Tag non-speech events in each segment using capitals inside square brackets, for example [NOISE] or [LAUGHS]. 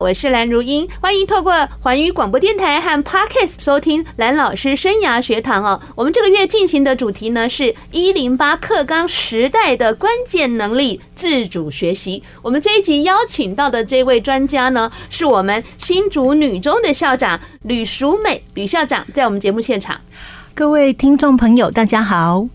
我是蓝如英，欢迎透过环宇广播电台和 Podcast 收听蓝老师生涯学堂哦。我们这个月进行的主题呢是“一零八课纲时代的关键能力——自主学习”。我们这一集邀请到的这位专家呢，是我们新竹女中的校长吕淑美吕校长，在我们节目现场。各位听众朋友，大家好。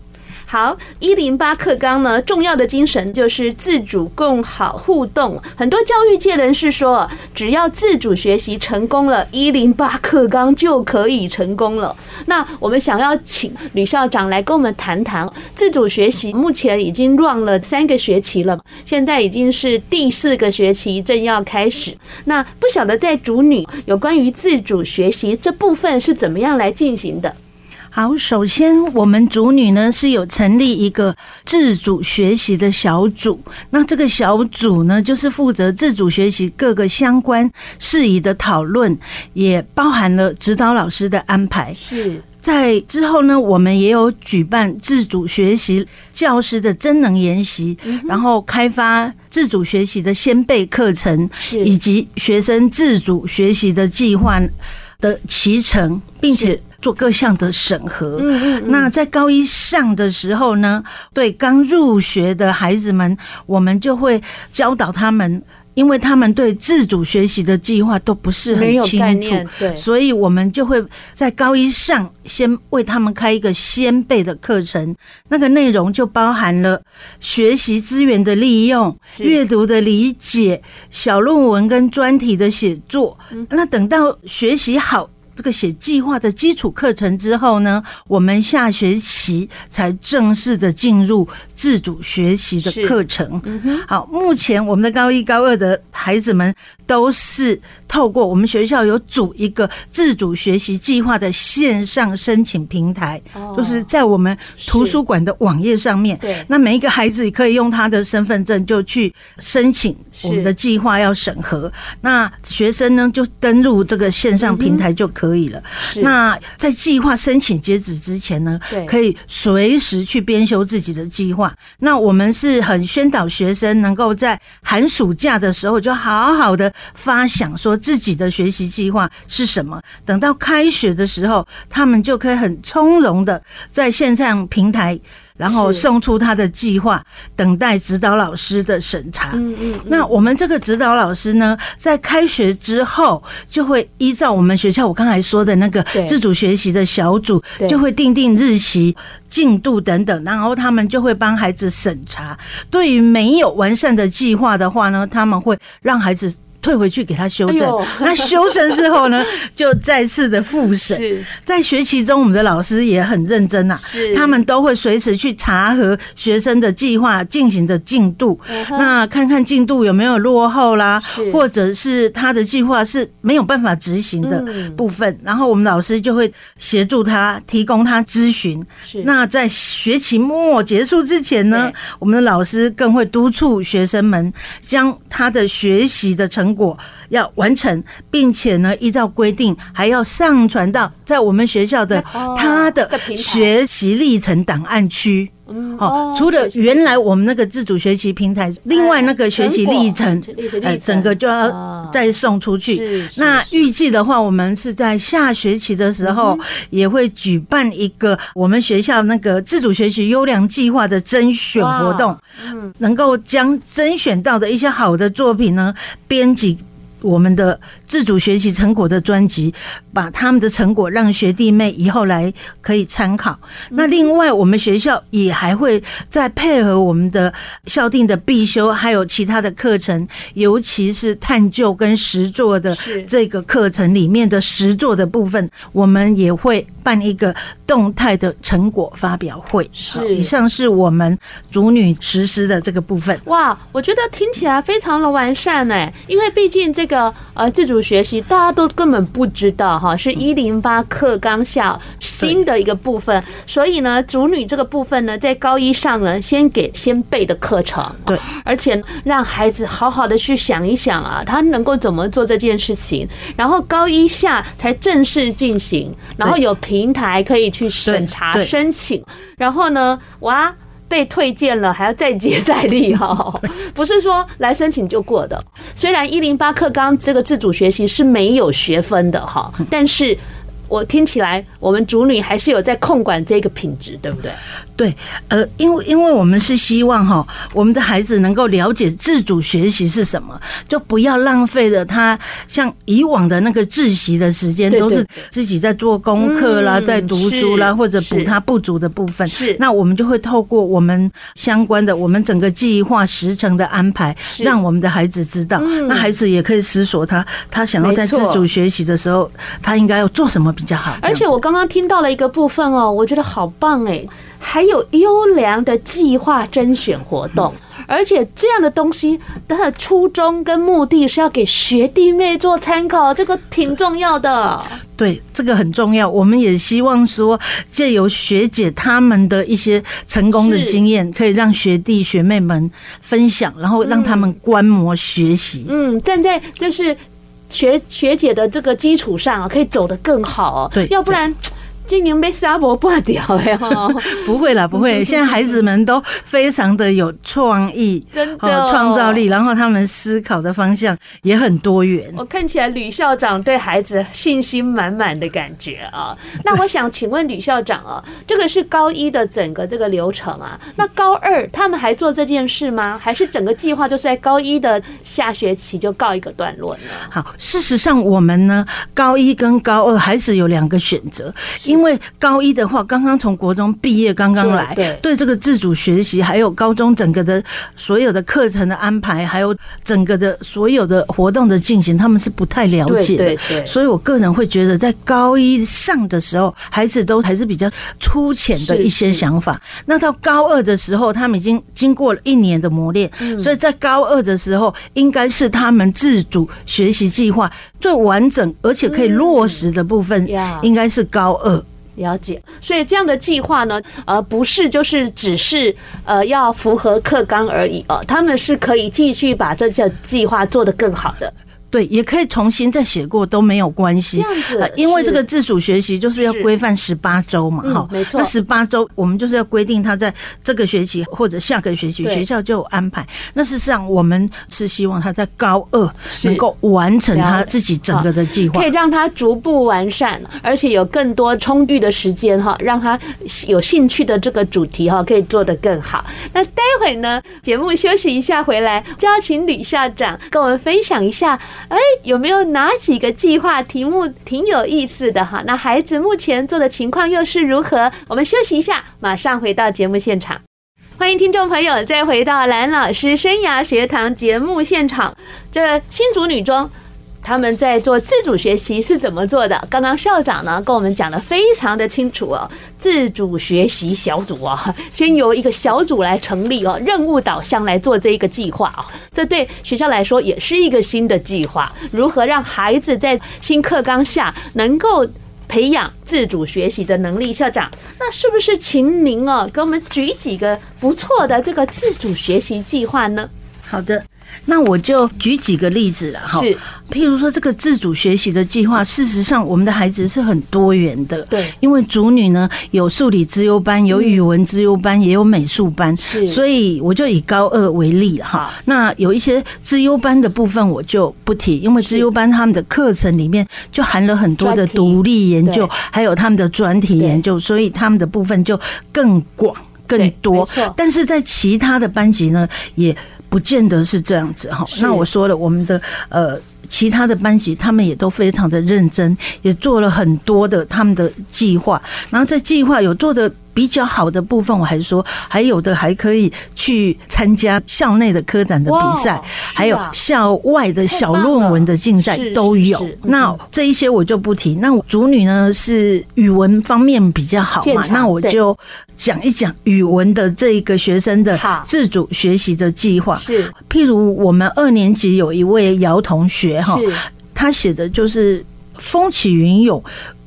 好，一零八课纲呢，重要的精神就是自主共好互动。很多教育界人士说，只要自主学习成功了，一零八课纲就可以成功了。那我们想要请吕校长来跟我们谈谈自主学习，目前已经 run 了三个学期了，现在已经是第四个学期正要开始。那不晓得在主女有关于自主学习这部分是怎么样来进行的？好，首先我们组女呢是有成立一个自主学习的小组，那这个小组呢就是负责自主学习各个相关事宜的讨论，也包含了指导老师的安排。是。在之后呢，我们也有举办自主学习教师的真能研习，然后开发自主学习的先辈课程，是以及学生自主学习的计划的脐程，并且是做各项的审核。嗯那在高一上的时候呢，对刚入学的孩子们，我们就会教导他们，因为他们对自主学习的计划都不是没很有概清楚，念，对，所以我们就会在高一上先为他们开一个先辈的课程，那个内容就包含了学习资源的利用、是阅读的理解、小论文跟专题的写作。嗯那等到学习好。这个写计划的基础课程之后呢，我们下学期才正式的进入自主学习的是课程。嗯哼，好，目前我们的高一、高二的孩子们都是透过我们学校有组一个自主学习计划的线上申请平台，哦就是在我们图书馆的网页上面。对那每一个孩子可以用他的身份证就去申请是我们的计划要审核，那学生呢就登录这个线嗯上平台就可以了。是那在计划申请截止之前呢对，可以随时去编修自己的计划。那我们是很宣导学生能够在寒暑假的时候就好好的发想，说自己的学习计划是什么。等到开学的时候，他们就可以很从容的在线上平台，然后是送出他的计划，等待指导老师的审查。嗯嗯，那我们这个指导老师呢，在开学之后，就会依照我们学校我刚才说的那个对自主学习的小组对，就会定定日期、进度等等，然后他们就会帮孩子审查。对于没有完善的计划的话呢，他们会让孩子。退回去给他修哎正呦，那修正之 [LAUGHS] 后呢，就再次的复审。是在学期中，我们的老师也很认真啊呐、是他们都会随时去查核学生的计划进行的进度，那看看进度有没有落后啦嗯是，或者是他的计划是没有办法执行的嗯部分，然后我们老师就会协助他，提供他咨询。是那在学期末结束之前呢对，我们的老师更会督促学生们将他的学习的成果要完成，并且呢，依照规定还要上传到在我们学校的哦他的这平台学习历程档案区。嗯哦，除了原来我们那个自主学习平台，另外那个学习历程哎成果历程，呃，整个就啊要再送出去。是是那是嗯预计的话，我们是在下学期的时候也会举办一个我们学校那个自主学习优良计划的甄选活动哇，嗯能够将甄选到的一些好的作品呢编辑。我们的自主学习成果的专辑，把他们的成果让学弟妹以后来可以参考。那另外，我们学校也还会再配合我们的校定的必修，还有其他的课程，尤其是探究跟实作的是这个课程里面的实作的部分，我们也会办一个动态的成果发表会。是好以上是我们主女实施的这个部分。哇，我觉得听起来非常的完善哎，因为毕竟这个呃自主学习大家都根本不知道哈，是嗯一零八课纲下新的一个部分，所以呢，主女这个部分呢，在高一上呢，先给先备的课程，对，而且让孩子好好的去想一想啊，他能够怎么做这件事情，然后高一下才正式进行，然后对有平台可以去审对查对申请，然后呢，哇。被推荐了，还要再接再厉 [LAUGHS] 哦，不是说来申请就过的。虽然一零八课纲这个自主学习是没有学分的哈，但是我听起来我们主女还是有在控管这个品质，对不对？对，呃，因为因为我们是希望哈，我们的孩子能够了解自主学习是什么，就不要浪费了他像以往的那个自习的时间，对都对是对自己在做功课啦，嗯在读书是啦，或者是补他不足的部分。是那我们就会透过我们相关的我们整个计划时程的安排，是嗯让我们的孩子知道，那孩子也可以思索他他想要没在自错主学习的时候，他应该要做什么比较好。这而样且子我刚刚听到了一个部分哦，我觉得好棒哎，还有优良的计划甄选活动，嗯而且这样的东西它的初衷跟目的是要给学弟妹做参考，这个挺重要的。对，这个很重要。我们也希望说，借由学姐她们的一些成功的是经验，可以让学弟学妹们分享，然后让他们观摩学习。嗯，站在就是学学姐的这个基础上啊，可以走得更好哦。对要不然今年被沙博断掉 [LAUGHS] 哎哈，不会啦，[LAUGHS] 不会。现在孩子们都非常的有创意，真的哦哦创造力，然后他们思考的方向也很多元。 [LAUGHS] 我看起来吕校长对孩子信心满满的感觉啊。那我想请问吕校长啊，这个是高一的整个这个流程啊，那高二他们还做这件事吗？还是整个计划就是在高一的下学期就告一个段落呢？好，事实上我们呢，高一跟高二还是有两个选择，因为高一的话，刚刚从国中毕业，刚刚对来，对对这个自主学习，还有高中整个的所有的课程的安排，还有整个的所有的活动的进行，他们是不太了对解的。对对所以我个人会觉得，在高一上的时候，孩子都还是比较粗浅的是一些是想法。那到高二的时候，他们已经经过了一年的磨练，嗯所以在高二的时候，应该是他们自主学习计划最完整而且可以落实的部分嗯呀，应该是高二。了解，所以这样的计划呢，呃，不是就是只是呃要符合课纲而已哦、他们是可以继续把这项计划做得更好的。对，也可以重新再写过都没有关系，这样子呃因为是这个自主学习就是要是规范十八周嘛，嗯哈、没错那十八周我们就是要规定他在这个学期或者下个学期对学校就有安排。那事实上，我们是希望他在高二是能够完成了他解自己整个的计划可以。让它逐步完善，而且有更多充裕的时间哈，让他有兴趣的这个主题哈，可以做得更好。那待会呢，节目休息一下，回来就要请吕校长跟我们分享一下，哎，有没有哪几个计划题目挺有意思的哈？那孩子目前做的情况又是如何？我们休息一下，马上回到节目现场。欢迎听众朋友再回到蓝老师生涯学堂节目现场。这新竹女中他们在做自主学习是怎么做的？刚刚校长呢跟我们讲的非常的清楚哦，自主学习小组哦， [LAUGHS] 先由一个小组来成立哦，任务导向来做这一个计划哦，这对学校来说也是一个新的计划，如何让孩子在新课纲下能够。培养自主学习的能力，校长，那是不是请您哦，给我们举几个不错的这个自主学习计划呢？好的，那我就举几个例子了哈。是，譬如说这个自主学习的计划，事实上我们的孩子是很多元的。对因为主女呢有数理资优班，有语文资优班，也有美术班，是所以我就以高二为例了好哈。那有一些资优班的部分我就不提，因为是资优班他们的课程里面就含了很多的专题独立研究对，还有他们的专题研究，所以他们的部分就更广。更对没多错，但是在其他的班级呢，也不见得是这样子哈。是那我说了，我们的呃。其他的班级，他们也都非常的认真，也做了很多的他们的计划。然后在计划有做的比较好的部分，我还说还有的还可以去参加校内的科展的比赛，哇是啊还有校外的小论文的竞赛太棒了都有是是是。嗯那这一些我就不提。那我主女呢是语文方面比较好见嘛，长那我对就讲一讲语文的这一个学生的好自主学习的计划。是譬如我们二年级有一位姚同学哈，是他写的就是“风起云涌”，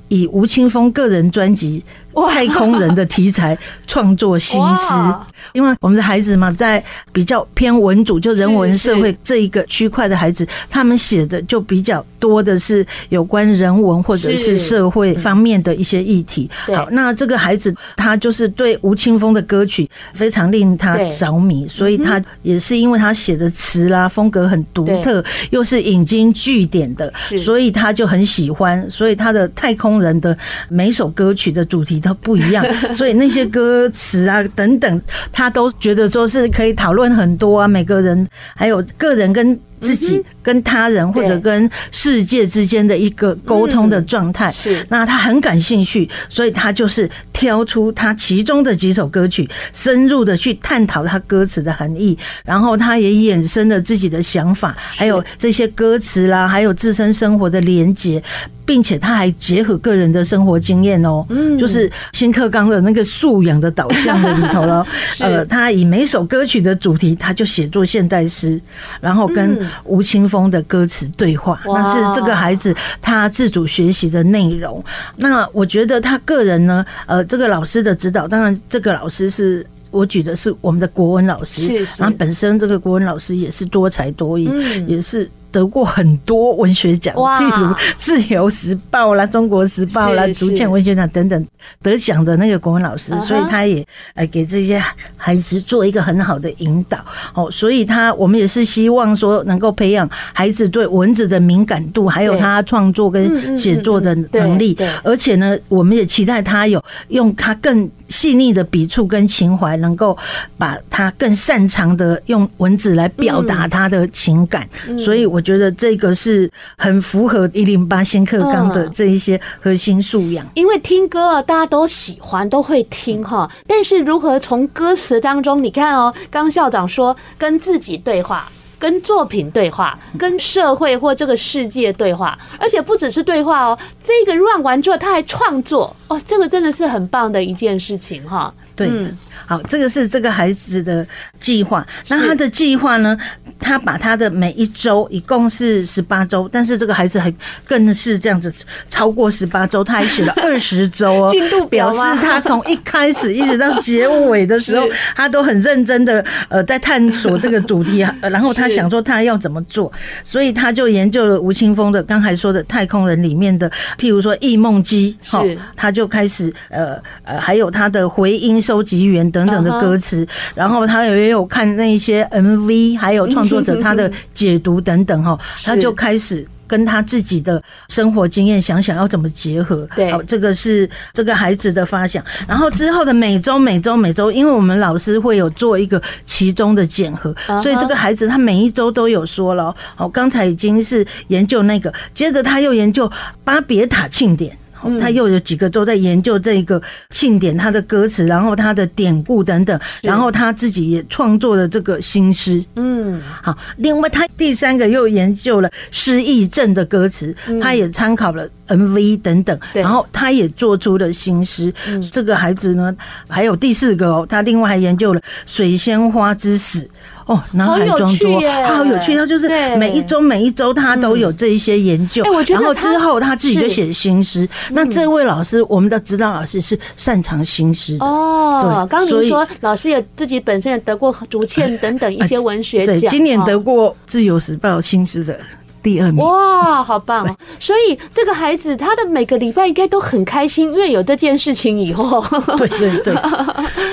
以吴青峰个人专辑《哇太空人》的题材创作新诗。哇因为我们的孩子嘛，在比较偏文组，就人文是社会这一个区块的孩子，他们写的就比较多的是有关人文或者是是社会方面的一些议题。对好，那这个孩子他就是对吴青峰的歌曲非常令他对嗯着迷，所以他也是因为他写的词啦风格很独对特，又是引经据典的，是所以他就很喜欢，所以他的太空人的每首歌曲的主题都不 [LAUGHS] 一样，所以那些歌词啊等等，他都觉得说是可以讨论很多啊，每个人还有个人跟自己、跟他人或者嗯对嗯跟世界之间的一个沟通的状态。是那他很感兴趣，所以他就是挑出他其中的几首歌曲，深入的去探讨他歌词的含义，然后他也衍生了自己的想法，还有这些歌词啦，还有自身生活的连结。并且他还结合个人的生活经验哦，嗯，就是新课纲的那个素养的导向的里头了。呃，他以每首歌曲的主题，他就写作现代诗，然后跟嗯吴青峰的歌词对话，哇那是这个孩子他自主学习的内容。那我觉得他个人呢，呃，这个老师的指导，当然这个老师是。我举的是我们的国文老师，是是然后本身这个国文老师也是多才多艺，嗯也是得过很多文学奖，哇譬如《自由时报》啦、《中国时报》啦、是《是竹见文学奖》等等得奖的那个国文老师嗯，哼所以他也呃给这些孩子做一个很好的引导。哦，所以他我们也是希望说能够培养孩子对文字的敏感度，还有对他创作跟写作的嗯嗯嗯能力对对。而且呢，我们也期待他有用他更细腻的笔触跟情怀，能够把他更擅长的用文字来表达他的情感。嗯所以我觉得这个是很符合一零八新课纲的嗯这一些核心素养。因为听歌啊，大家都喜欢，都会听哈。但是如何从歌词当中，你看哦，刚校长说跟自己对话。跟作品对话，跟社会或这个世界对话，而且不只是对话哦。这个 run 完之后，他还创作哦，这个真的是很棒的一件事情哈。对的，嗯好，这个是这个孩子的计划。那是他的计划呢？他把他的每一周一共是十八周，但是这个孩子还更是这样子，超过十八周，他还写 [LAUGHS] 了二十周哦。进度表表吗示他从一开始一直到结尾的时 [LAUGHS] 候是，他都很认真的呃在探索这个主题，呃然后他是想说他要怎么做，所以他就研究了吴青峰的刚才说的《太空人》里面的，譬如说《忆梦机》哈是，他就开始呃呃，还有他的回音收集员等等的嗯哼歌词，然后他也有看那一些 MV，还有创作者他的解读等 [LAUGHS] 等哈，他就开始。跟他自己的生活经验想想要怎么结合，对好，这个是这个孩子的发想。然后之后的每周、每周、每周，因为我们老师会有做一个其中的检核嗯，哼所以这个孩子他每一周都有说了哦。好，刚才已经是研究那个，接着他又研究巴别塔庆典。哦嗯他又有几个都在研究这个庆典，他的歌词，然后他的典故等等，然后他自己也创作了这个新诗。嗯，好，另外他第三个又研究了失忆症的歌词，他也参考了 MV 等等，嗯对嗯然后他也做出了新诗。这个孩子呢，还有第四个哦，他另外还研究了水仙花之死。哦，脑海好装有作趣耶他好有趣，他就是对每一周每一周他都有这一些研究，嗯哎我觉得然后他嗯之后他自己就是写新诗。那这位老师，我们的指导老师是擅长新诗的，哦对，刚所您以说老师也自己本身也得过竹堑等等一些文学对，奖，今年哦得过《自由时报》新诗的第二名。哇，好棒哦！所以这个孩子他的每个礼拜应该都很开心，因为有这件事情以后， [LAUGHS] [LAUGHS] 对对对，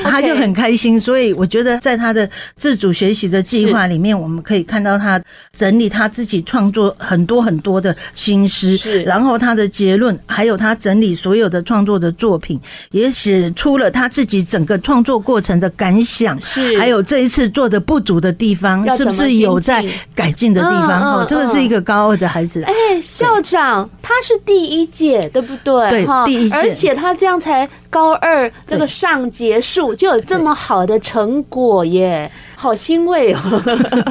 他就很开心，所以我觉得在他的自主学习的计划里面，我们可以看到他整理他自己创作很多很多的新是诗，然后他的结论，还有他整理所有的创作的作品，也写出了他自己整个创作过程的感想，是还有这一次做的不足的地方要，是怎么不是有在精进改进的地方？嗯嗯哦，这个是一个高二的孩子啊哎，校长，他他是第一届，对不对？对哈第一届而且他这样才高二这个上结束就有这么好的成果耶，好欣慰哦！ [LAUGHS]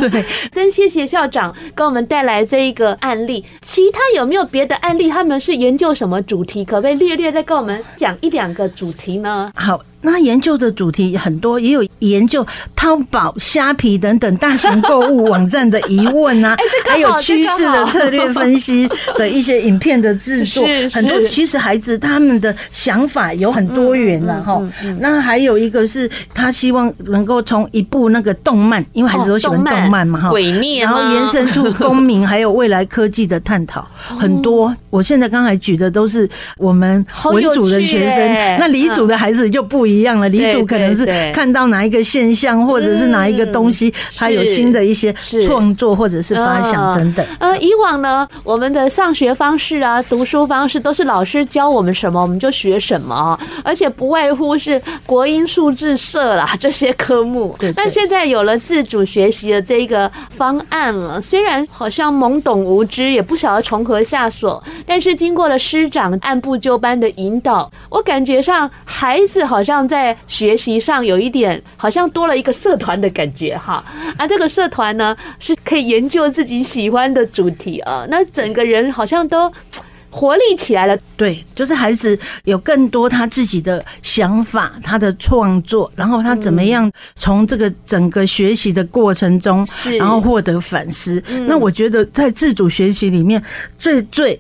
对，真谢谢校长给我们带来这一个案例。其他有没有别的案例？他们是研究什么主题？可不可以略略再跟我们讲一两个主题呢？好，那研究的主题很多，也有研究淘宝、虾皮等等大型购物网站的疑问啊， [LAUGHS] 哎这个好还有趋势这个的好策略分析的一些影片的制作 [LAUGHS] 是，是很多其实孩子他们的想法有很多元了哈嗯嗯嗯。那还有一个是他希望能够从一部那个动漫，因为孩子都喜欢动漫嘛哈，哦鬼灭然吗，后延伸出公民还有未来科技的探讨，哦很多。我现在刚才举的都是我们好文有组的趣学生耶，嗯那理组的孩子就不一样了。理组可能是对对嗯看到哪一个现象，或者是哪一个东西，他有新的一些是创作或者是发想等等。呃，以往呢，我们的上学方式啊、读书方式都是老师教我们什么，我们就学什么哦，而且不外乎是国英数字社啦这些科目。对对但现在有了自主学习的这个方案了，虽然好像懵懂无知，也不晓得从何下手，但是经过了师长按部就班的引导，我感觉上孩子好像在学习上有一点，好像多了一个社团的感觉哈。啊，这个社团呢是可以研究自己喜欢的主题啊，那整个人好像都活力起来了。对，就是孩子有更多他自己的想法，他的创作，然后他怎么嗯样从这个整个学习的过程中是，然后获得反思。嗯那我觉得在自主学习里面，最最。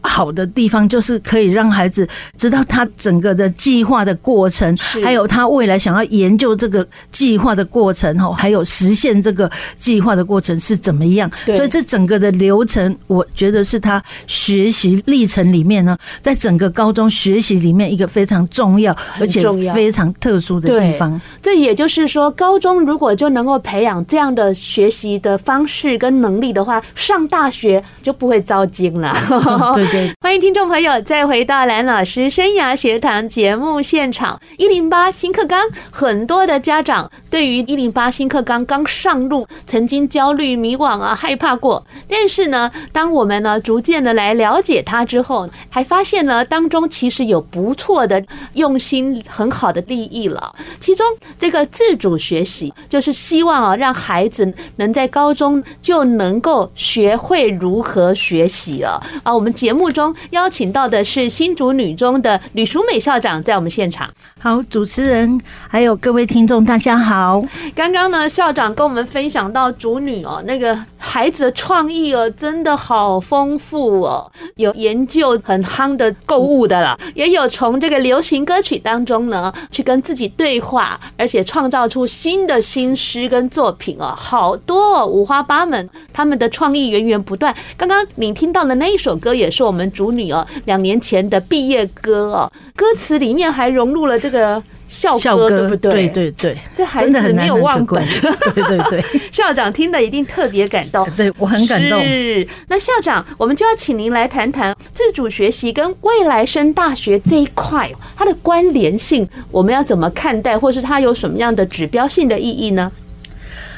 好的地方就是可以让孩子知道他整个的计划的过程是，还有哦他未来想要研究这个计划的过程哦，还有实现这个计划的过程是怎么样。对所以这整个的流程，我觉得是他学习历程里面呢，在整个高中学习里面一个非常重要而且重要非常特殊的对地方。这也就是说，高中如果就能够培养这样的学习的方式跟能力的话，上大学就不会糟精了。 [LAUGHS] 对对， [LAUGHS] 欢迎听众朋友再回到蓝老师生涯学堂节目现场。一零八新课纲，很多的家长对于一零八新课纲刚上路，曾经焦虑、迷惘啊，害怕过。但是呢，当我们呢逐渐的来了解它之后，还发现呢当中其实有不错的用心、很好的利益了。其中这个自主学习，就是希望啊让孩子能在高中就能够学会如何学习了啊。我们节目中邀请到的是新竹女中的吕淑美校长，在我们现场。好，主持人还有各位听众，大家好。刚刚呢，校长跟我们分享到主女哦，那个孩子的创意哦，真的好丰富哦，有研究很夯的购物的啦，也有从这个流行歌曲当中呢去跟自己对话，而且创造出新的新诗跟作品哦，好多、哦、五花八门，他们的创意源源不断。刚刚你听到的那一首歌也是我们主女哦两年前的毕业歌哦，歌词里面还融入了这个。校歌校歌，对不对？对对对，这孩真的子很没难有能可忘本贵。。对对对， [LAUGHS] 校长听了一定特别感动。对我很感动。是，那校长，我们就要请您来谈谈自主学习跟未来升大学这一块它的关联性，我们要怎么看待，或是它有什么样的指标性的意义呢？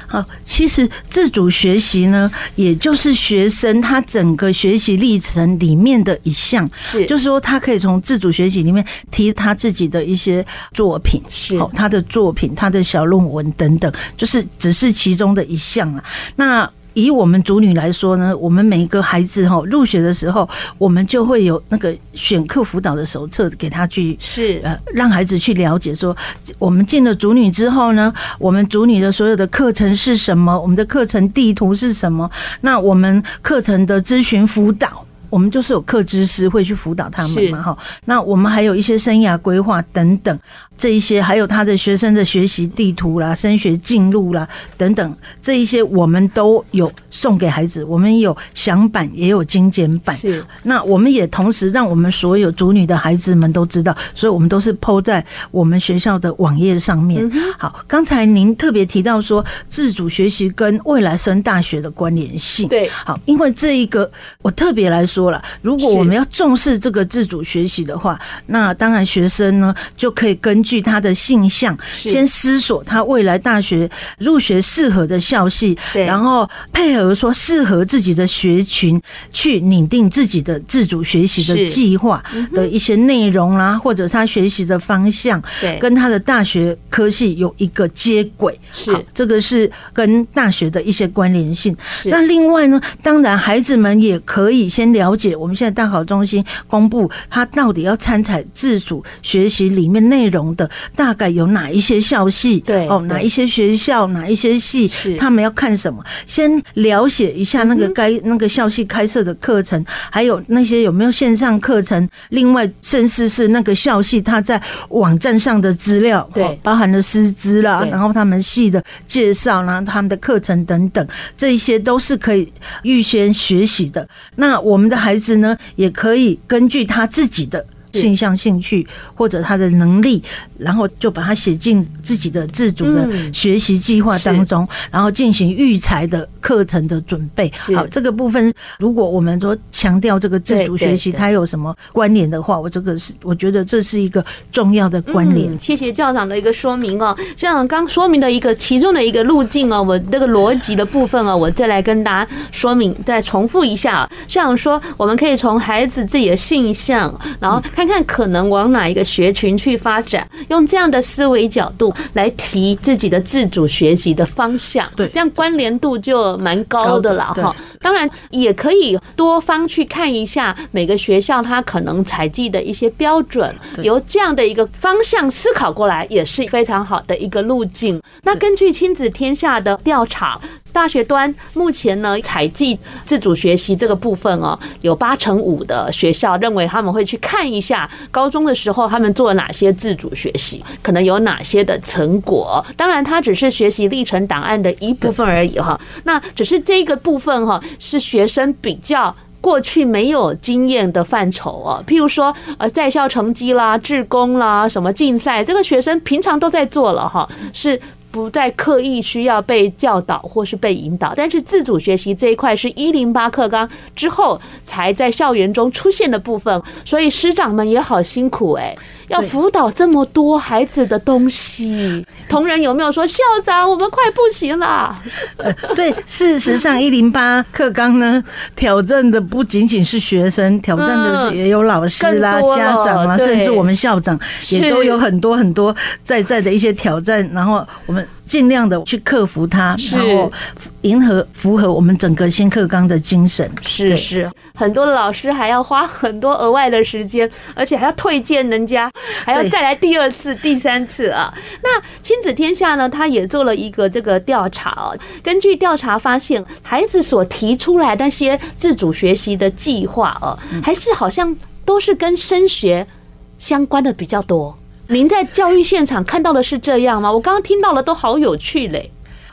好，其实自主学习呢，也就是学生他整个学习历程里面的一项，是，就是说他可以从自主学习里面提他自己的一些作品，是好他的作品、他的小论文等等，就是只是其中的一项啦。那以我们主女来说呢，我们每一个孩子哈、入学的时候，我们就会有那个选课辅导的手册给他去是，呃，让孩子去了解说，我们进了主女之后呢，我们主女的所有的课程是什么，我们的课程地图是什么，那我们课程的咨询辅导。我们就是有课知师会去辅导他们嘛，是哈。那我们还有一些生涯规划等等，这一些还有他的学生的学习地图啦、升学进路啦等等，这一些我们都有送给孩子。我们有详版，也有精简版。是，那我们也同时让我们所有主女的孩子们都知道，所以我们都是抛在我们学校的网页上面。好，刚才您特别提到说自主学习跟未来升大学的关联性。对好，因为这一个我特别来说了，如果是我们要重视这个自主学习的话，那当然学生呢就可以根据他的性向，是先思索他未来大学入学适合的校系，对然后配合说适合自己的学群，去拟定自己的自主学习的是嗯计划的一些内容啦、或者他学习的方向，对，跟他的大学科系有一个接轨。是好这个是跟大学的一些关联性。是那另外呢，当然孩子们也可以先了解，我们现在大考中心公布他到底要参采自主学习里面内容的大概有哪一些校系，对哦，对哪一些学校，哪一些系是，嗯他们要看什么，先了解一下那个该那个校系开设的课程，还有那些有没有线上课程。另外，甚至是那个校系他在网站上的资料，对哦包含了师资啦，对然后他们系的介绍啦，他们的课程等等，这一些都是可以预先学习的。那我们的孩子呢，也可以根据他自己的。是性向、兴趣或者他的能力，然后就把它写进自己的自主的嗯学习计划当中，然后进行育才的课程的准备是。好，这个部分如果我们说强调这个自主对对学习，对它有什么关联的话，我这个是我觉得这是一个重要的关联。嗯谢谢校长的一个说明哦。校长刚说明的一个其中的一个路径哦，我这个逻辑的部分哦，我再来跟大家说明，再重复一下、哦。校长说，我们可以从孩子自己的性向，然后看看可能往哪一个学群去发展，用这样的思维角度来提自己的自主学习的方向。对这样关联度就蛮高的了高的哈。当然也可以多方去看一下每个学校它可能采集的一些标准，对由这样的一个方向思考过来，也是非常好的一个路径。那根据亲子天下的调查。大学端目前呢，采集自主学习这个部分哦，有八成五的学校认为他们会去看一下高中的时候他们做了哪些自主学习，可能有哪些的成果。当然，它只是学习历程档案的一部分而已哈。那只是这个部分哈、是学生比较。过去没有经验的范畴哦，譬如说，呃，在校成绩啦、志工啦、什么竞赛，这个学生平常都在做了哈，是不再刻意需要被教导或是被引导。但是自主学习这一块是一零八课纲之后才在校园中出现的部分，所以师长们也好辛苦诶、要对辅导这么多孩子的东西。同仁有没有说校长，我们快不行啦？ [LAUGHS] 对，事实上，一零八课纲呢，挑战的不仅仅是学生，挑战的嗯是也有老师啦、更多了家长啦，对甚至我们校长也都有很多很多在在的一些挑战，然后我们尽量的去克服它，是然后迎合符合我们整个新课纲的精神。是对是，很多的老师还要花很多额外的时间，而且还要推荐人家，还要对再来第二次、第三次啊。那亲子天下呢，他也做了一个这个调查哦，根据调查发现，孩子所提出来那些自主学习的计划哦，还是好像都是跟升学相关的比较多。您在教育现场看到的是这样吗？我刚刚听到了，都好有趣嘞，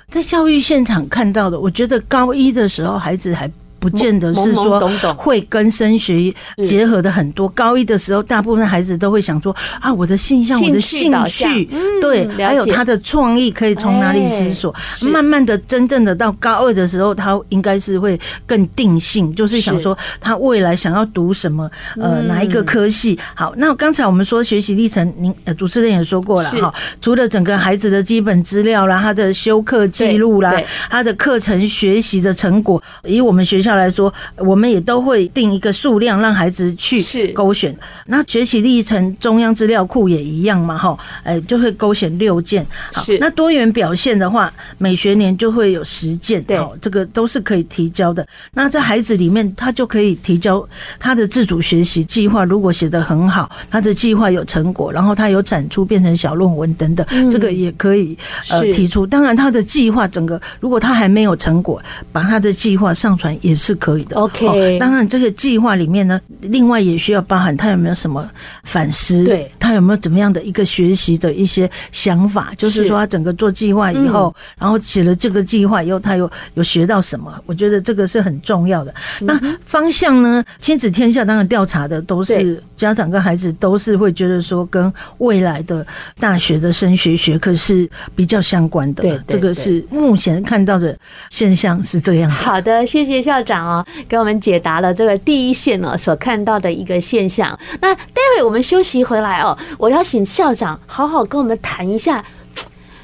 在教育现场看到的，我觉得高一的时候，孩子还不见得是懵懵说懂懂会跟升学是结合的很多。高一的时候，大部分孩子都会想说啊，我的性向、我的兴趣兴导向趣嗯，对了，解还有他的创意可以从哪里思索哎是。慢慢的，真正的到高二的时候，他应该是会更定性，就是想说他未来想要读什么，呃，嗯哪一个科系。好，那刚才我们说学习历程，您呃主持人也说过了是哈，除了整个孩子的基本资料啦，他的修课记录啦对对，他的课程学习的成果，以我们学校来说，我们也都会定一个数量让孩子去是勾选。那学习历程中央资料库也一样嘛，哈，哎，就会勾选六件。好是，那多元表现的话，每学年就会有十件，对好，这个都是可以提交的。那在孩子里面，他就可以提交他的自主学习计划，如果写得很好，他的计划有成果，然后他有产出变成小论文等等，这个也可以呃嗯是提出。当然，他的计划整个如果他还没有成果，把他的计划上传也是可以的。 OK 哦当然这个计划里面呢，另外也需要包含他有没有什么反思，对他有没有怎么样的一个学习的一些想法，就是是嗯说他整个做计划以后，然后写了这个计划以后，他有有学到什么？我觉得这个是很重要的。嗯那方向呢？亲子天下当然调查的都对是家长跟孩子都是会觉得说跟未来的大学的升学学科是比较相关的。对对这个是目前看到的现象是这样的。好的，谢谢哦校长哦，给我们解答了这个第一线呢所看到的一个现象。那待对，我们休息回来哦，我要请校长好好跟我们谈一下。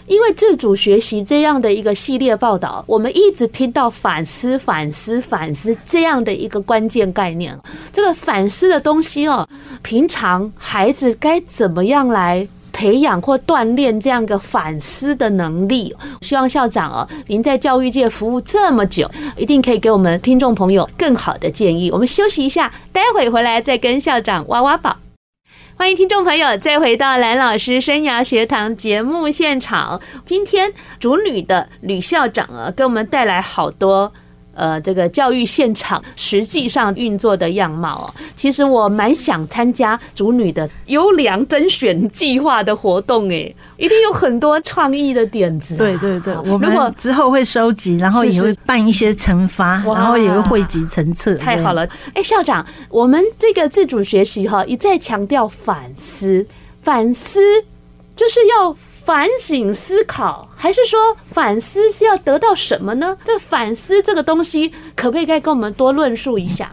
因为自主学习这样的一个系列报道，我们一直听到反思、反思、反思这样的一个关键概念。这个反思的东西哦，平常孩子该怎么样来培养或锻炼这样一个反思的能力？希望校长哦，您在教育界服务这么久，一定可以给我们听众朋友更好的建议。我们休息一下，待会回来再跟校长挖挖宝。欢迎听众朋友再回到蓝老师生涯学堂节目现场。今天主女的吕校长啊，给我们带来好多呃这个教育现场实际上运作的样貌哦。其实我蛮想参加主女的优良甄选计划的活动诶，一定有很多创意的点子啊、对对对，我如果们之后会收集，然后是也是会办一些惩罚，哇然后也会汇集成册。太对好，了，哎，校长，我们这个自主学习哈，一再强调反思，反思就是要反省思考，还是说反思是要得到什么呢？这反思这个东西，可不可以再跟我们多论述一下？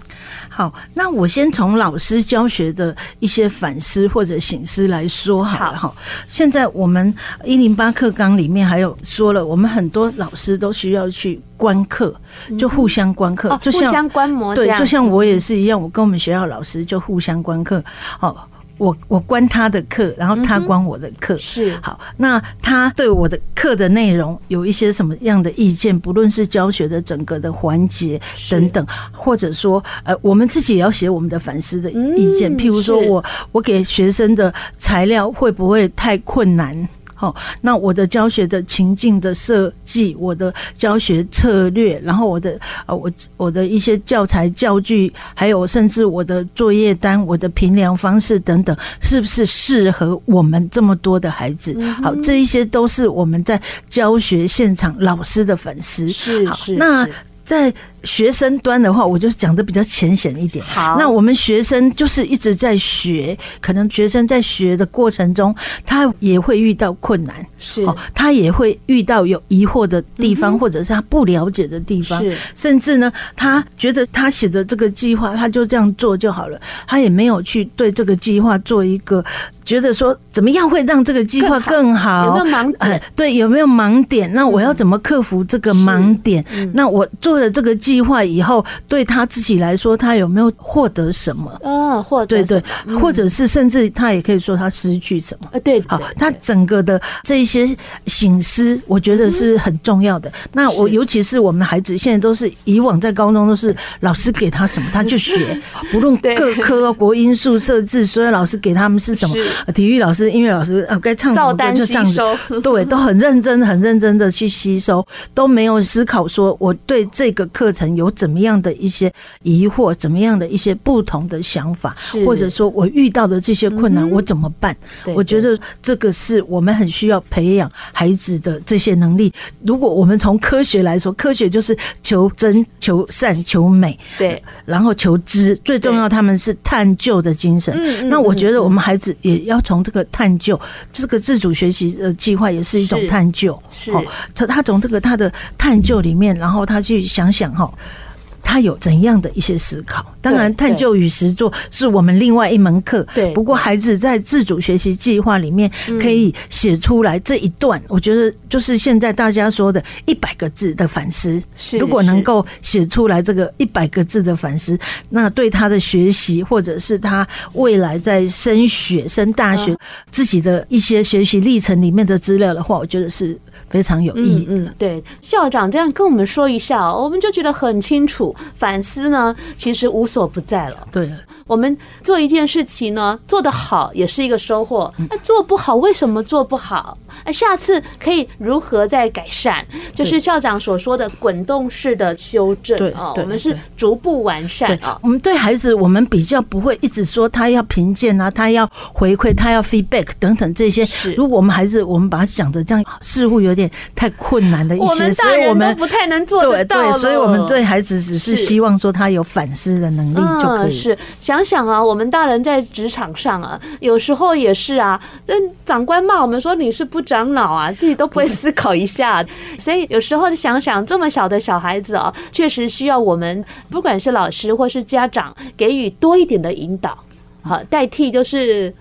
好，那我先从老师教学的一些反思或者醒思来说好了哈。现在我们一零八课纲里面还有说了，我们很多老师都需要去观课，就互相观课，嗯哦，就互像相观摩这对，样，嗯就像我也是一样，我跟我们学校老师就互相观课。哦，我我观他的课，然后他嗯观我的课。是好，那他对我的课的内容有一些什么样的意见？不论是教学的整个的环节是等等，或者说，呃，我们自己也要写我们的反思的意见。嗯譬如说是我我给学生的材料会不会太困难？好，那我的教学的情境的设计，我的教学策略，然后我的呃，我我的一些教材教具，还有甚至我的作业单、我的评量方式等等，是不是适合我们这么多的孩子？嗯好，这一些都是我们在教学现场老师的粉丝。是好是，那是在学生端的话，我就讲的比较浅显一点。好，那我们学生就是一直在学，可能学生在学的过程中，他也会遇到困难，是嗯哦，他也会遇到有疑惑的地方，或者是他不了解的地方，是甚至呢，他觉得他写的这个计划，他就这样做就好了，他也没有去对这个计划做一个觉得说怎么样会让这个计划更好，有没有盲哎点？，对，有没有盲点？那我要嗯怎么克服这个盲点？那我做了这个计划以后，对他自己来说，他有没有获得什么？嗯，或者对是对，或者是甚至他也可以说他失去什么。呃，对，好对，他整个的这一些醒思，我觉得是很重要的。那嗯我是尤其是我们的孩子，现在都是以往在高中都是老师给他什么 [LAUGHS] 他就学，不论对各科哦国音数设置，所有老师给他们是什么是，呃体育老师、音乐老师，呃，该唱什照么歌单就吸唱什么收， [LAUGHS] 对，都很认真、很认真的去吸收，都没有思考说我对这个课程有怎么样的一些疑惑，怎么样的一些不同的想法，是 [LAUGHS] 嗯或者说我遇到的这些困难、我怎么办？对我觉对得这个是我们很需要培养孩子的这些能力。如果我们从科学来说，科学就是求真、求善、求美，对，然后求知，最重要他们是探究的精神。嗯那我觉得我们孩子也要从这个探究，这个自主学习的计划也是一种是探究。是哦，他他从这个他的探究里面，然后他去想想哈、他有怎样的一些思考？当然，对探究与实作是我们另外一门课。对嗯不过孩子在自主学习计划里面可以写出来这一段，我觉得就是现在大家说的一百个字的反思。是如果能够写出来这个一百个字的反思，那对他的学习，或者是他未来在升学、升大嗯学、自己的一些学习历程里面的资料的话，我觉得是非常有意义的。嗯嗯，对，校长这样跟我们说一下哦，我们就觉得很清楚。反思呢，其实无所不在了。对，啊我们做一件事情呢，做得好也是一个收获。嗯那、做不好，为什么做不好？哎，下次可以如何再改善？就是校长所说的滚动式的修正对哦，对我们是对逐步完善对啊、哦。我们对孩子，我们比较不会一直说他要评鉴啊，他要回馈，他要 feedback 等等这些是。如果我们孩子，我们把他讲的这样，似乎有点太困难的一我些，们所大以我人都们不太能做得对到对，所以我们了对孩子只是是希望说他有反思的能力就可嗯、以了。是，想想啊，我们大人在职场上啊，有时候也是啊，那长官骂我们说你是不长脑啊，自己都不会思考一下。 [LAUGHS] 所以有时候想想，这么小的小孩子啊，确实需要我们不管是老师或是家长给予多一点的引导。好，代替就是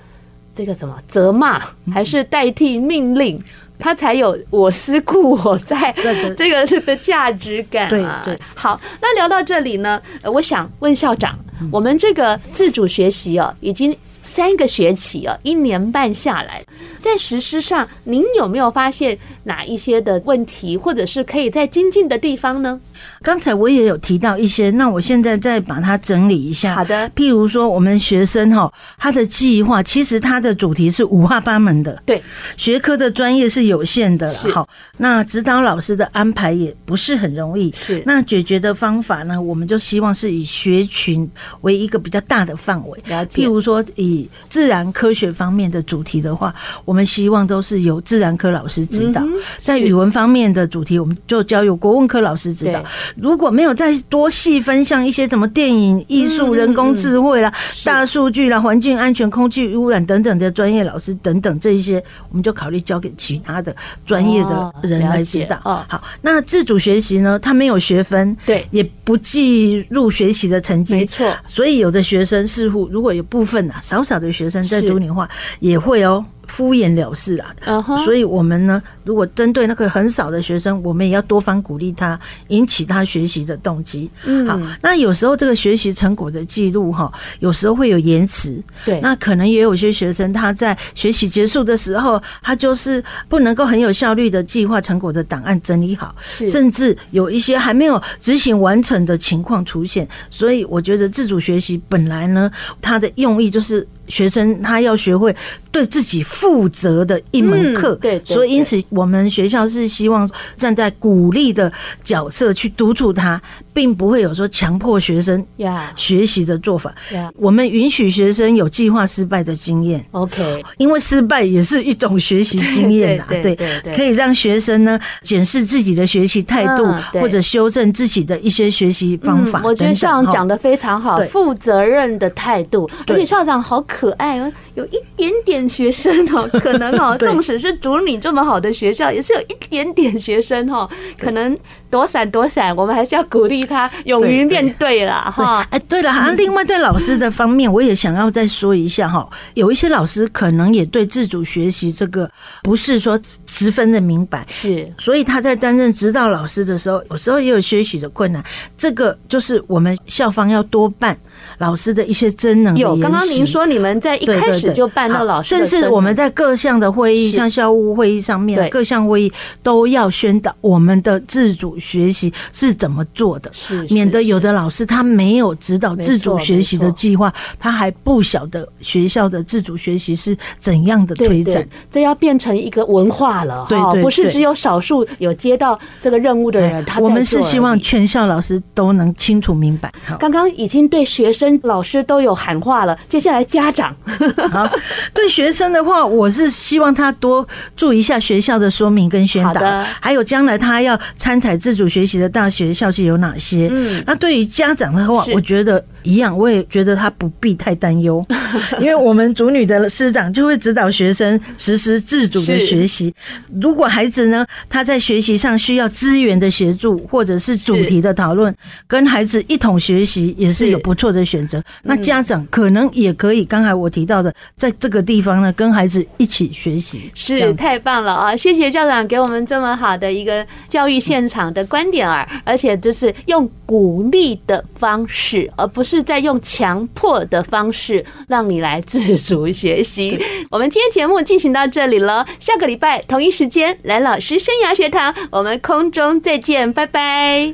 这个什么责骂，嗯还是代替命令，它才有我思故我在这个这个的价值感啊。对对好，那聊到这里呢，呃我想问校长，嗯我们这个自主学习哦，已经三个学期哦，一年半下来，在实施上，您有没有发现哪一些的问题，或者是可以在精进的地方呢？刚才我也有提到一些，那我现在再把它整理一下。好的，譬如说，我们学生哈，他的计划其实他的主题是五花八门的，对，学科的专业是有限的是了哈。那指导老师的安排也不是很容易。是那解决的方法呢，我们就希望是以学群为一个比较大的范围。了解譬如说，以自然科学方面的主题的话，我们希望都是由自然科老师指导；嗯哼在是语文方面的主题，我们就交由国文科老师指导对。如果没有再多细分，像一些什么电影、艺嗯术、嗯人工嗯智慧啦、是大数据啦、环境安全、空气污染等等的专业老师等等这一些，我们就考虑交给其他的专业的人哦了来解指导。哦好，那自主学习呢，它没有学分，对也不计入学习的成绩，没错所以有的学生似乎，如果有部分啊少少的学生在是读你话，也会哦敷衍了事啊。嗯哼所以，我们呢，如果针对那个很少的学生，我们也要多方鼓励他，引起他学习的动机。嗯好，那有时候这个学习成果的记录哈，有时候会有延迟。对，那可能也有些学生他在学习结束的时候，他就是不能够很有效率的计划成果的档案整理好，是甚至有一些还没有执行完成的情况出现。所以我觉得自主学习本来呢，它的用意就是学生他要学会对自己负责的一嗯门课。对对所以因对此我们学校是希望站在鼓励的角色去督促他，并不会有说强迫学生呀学习的做法。呀我们允许学生有计划失败的经验， ，OK，因为失败也是一种学习经验啦。 [LAUGHS] 对对对对可以让学生呢检视自己的学习态度嗯，对或者修正自己的一些学习方法嗯。我觉得等等校长哈讲的非常好，对负责任的态度，而对且校长好可爱哦，有一点点学生哦， [LAUGHS] 可能哦，对纵使是主女这么好的学校，也是有一点点学生哦，可能躲闪躲闪，我们还是要鼓励他勇于对面对啦，对，哈，哎，对了，嗯啊，另外对老师的方面，我也想要再说一下哈，有一些老师可能也对自主学习这个不是说十分的明白，是所以他在担任指导老师的时候，有时候也有学习的困难。这个就是我们校方要多办老师的一些真能的有。刚刚研习您说你们在一对开嗯对始对就办到好老师的甚灯，至我们在各项的会议，是像校务会议上面啊对，各项会议都要宣导我们的自主学习是怎么做的。是是免得有是的老师他没有指导没自主错学习没的错计划，他还不晓得学校的自主学习是怎样的推对展对。，这要变成一个文化了对哈，对不是对只有少数有接到这个任务的人，哎他我在们是做希而望已全校老师都能清楚明白。好刚刚已经对学生、老师都有喊话了，接下来家长好，对学生的话，我是希望他多注意一下学校的说明跟宣好导的，还有将来他要参采自主学习的大学校系有哪些。嗯，那对于家长的话是，我觉得一样，我也觉得他不必太 [LAUGHS] 担忧，因为我们主女的师长就会指导学生实施自主的是学习。如果孩子呢，他在学习上需要资源的协助，或者是主是题的讨论，跟孩子一同学习也是是嗯有不错的选择。那家长可能也可以，刚才我提到的，在这个地方呢，跟孩子一起学习，这 [LAUGHS] 是样子太棒了啊！谢谢校长给我们这么好的一个教育现场的观点啊，而且就是用鼓励的方式，而不是在用强迫的方式让你来自主学习。我们今天节目进行到这里了，下个礼拜同一时间，蓝老师生涯学堂，我们空中再见，拜拜。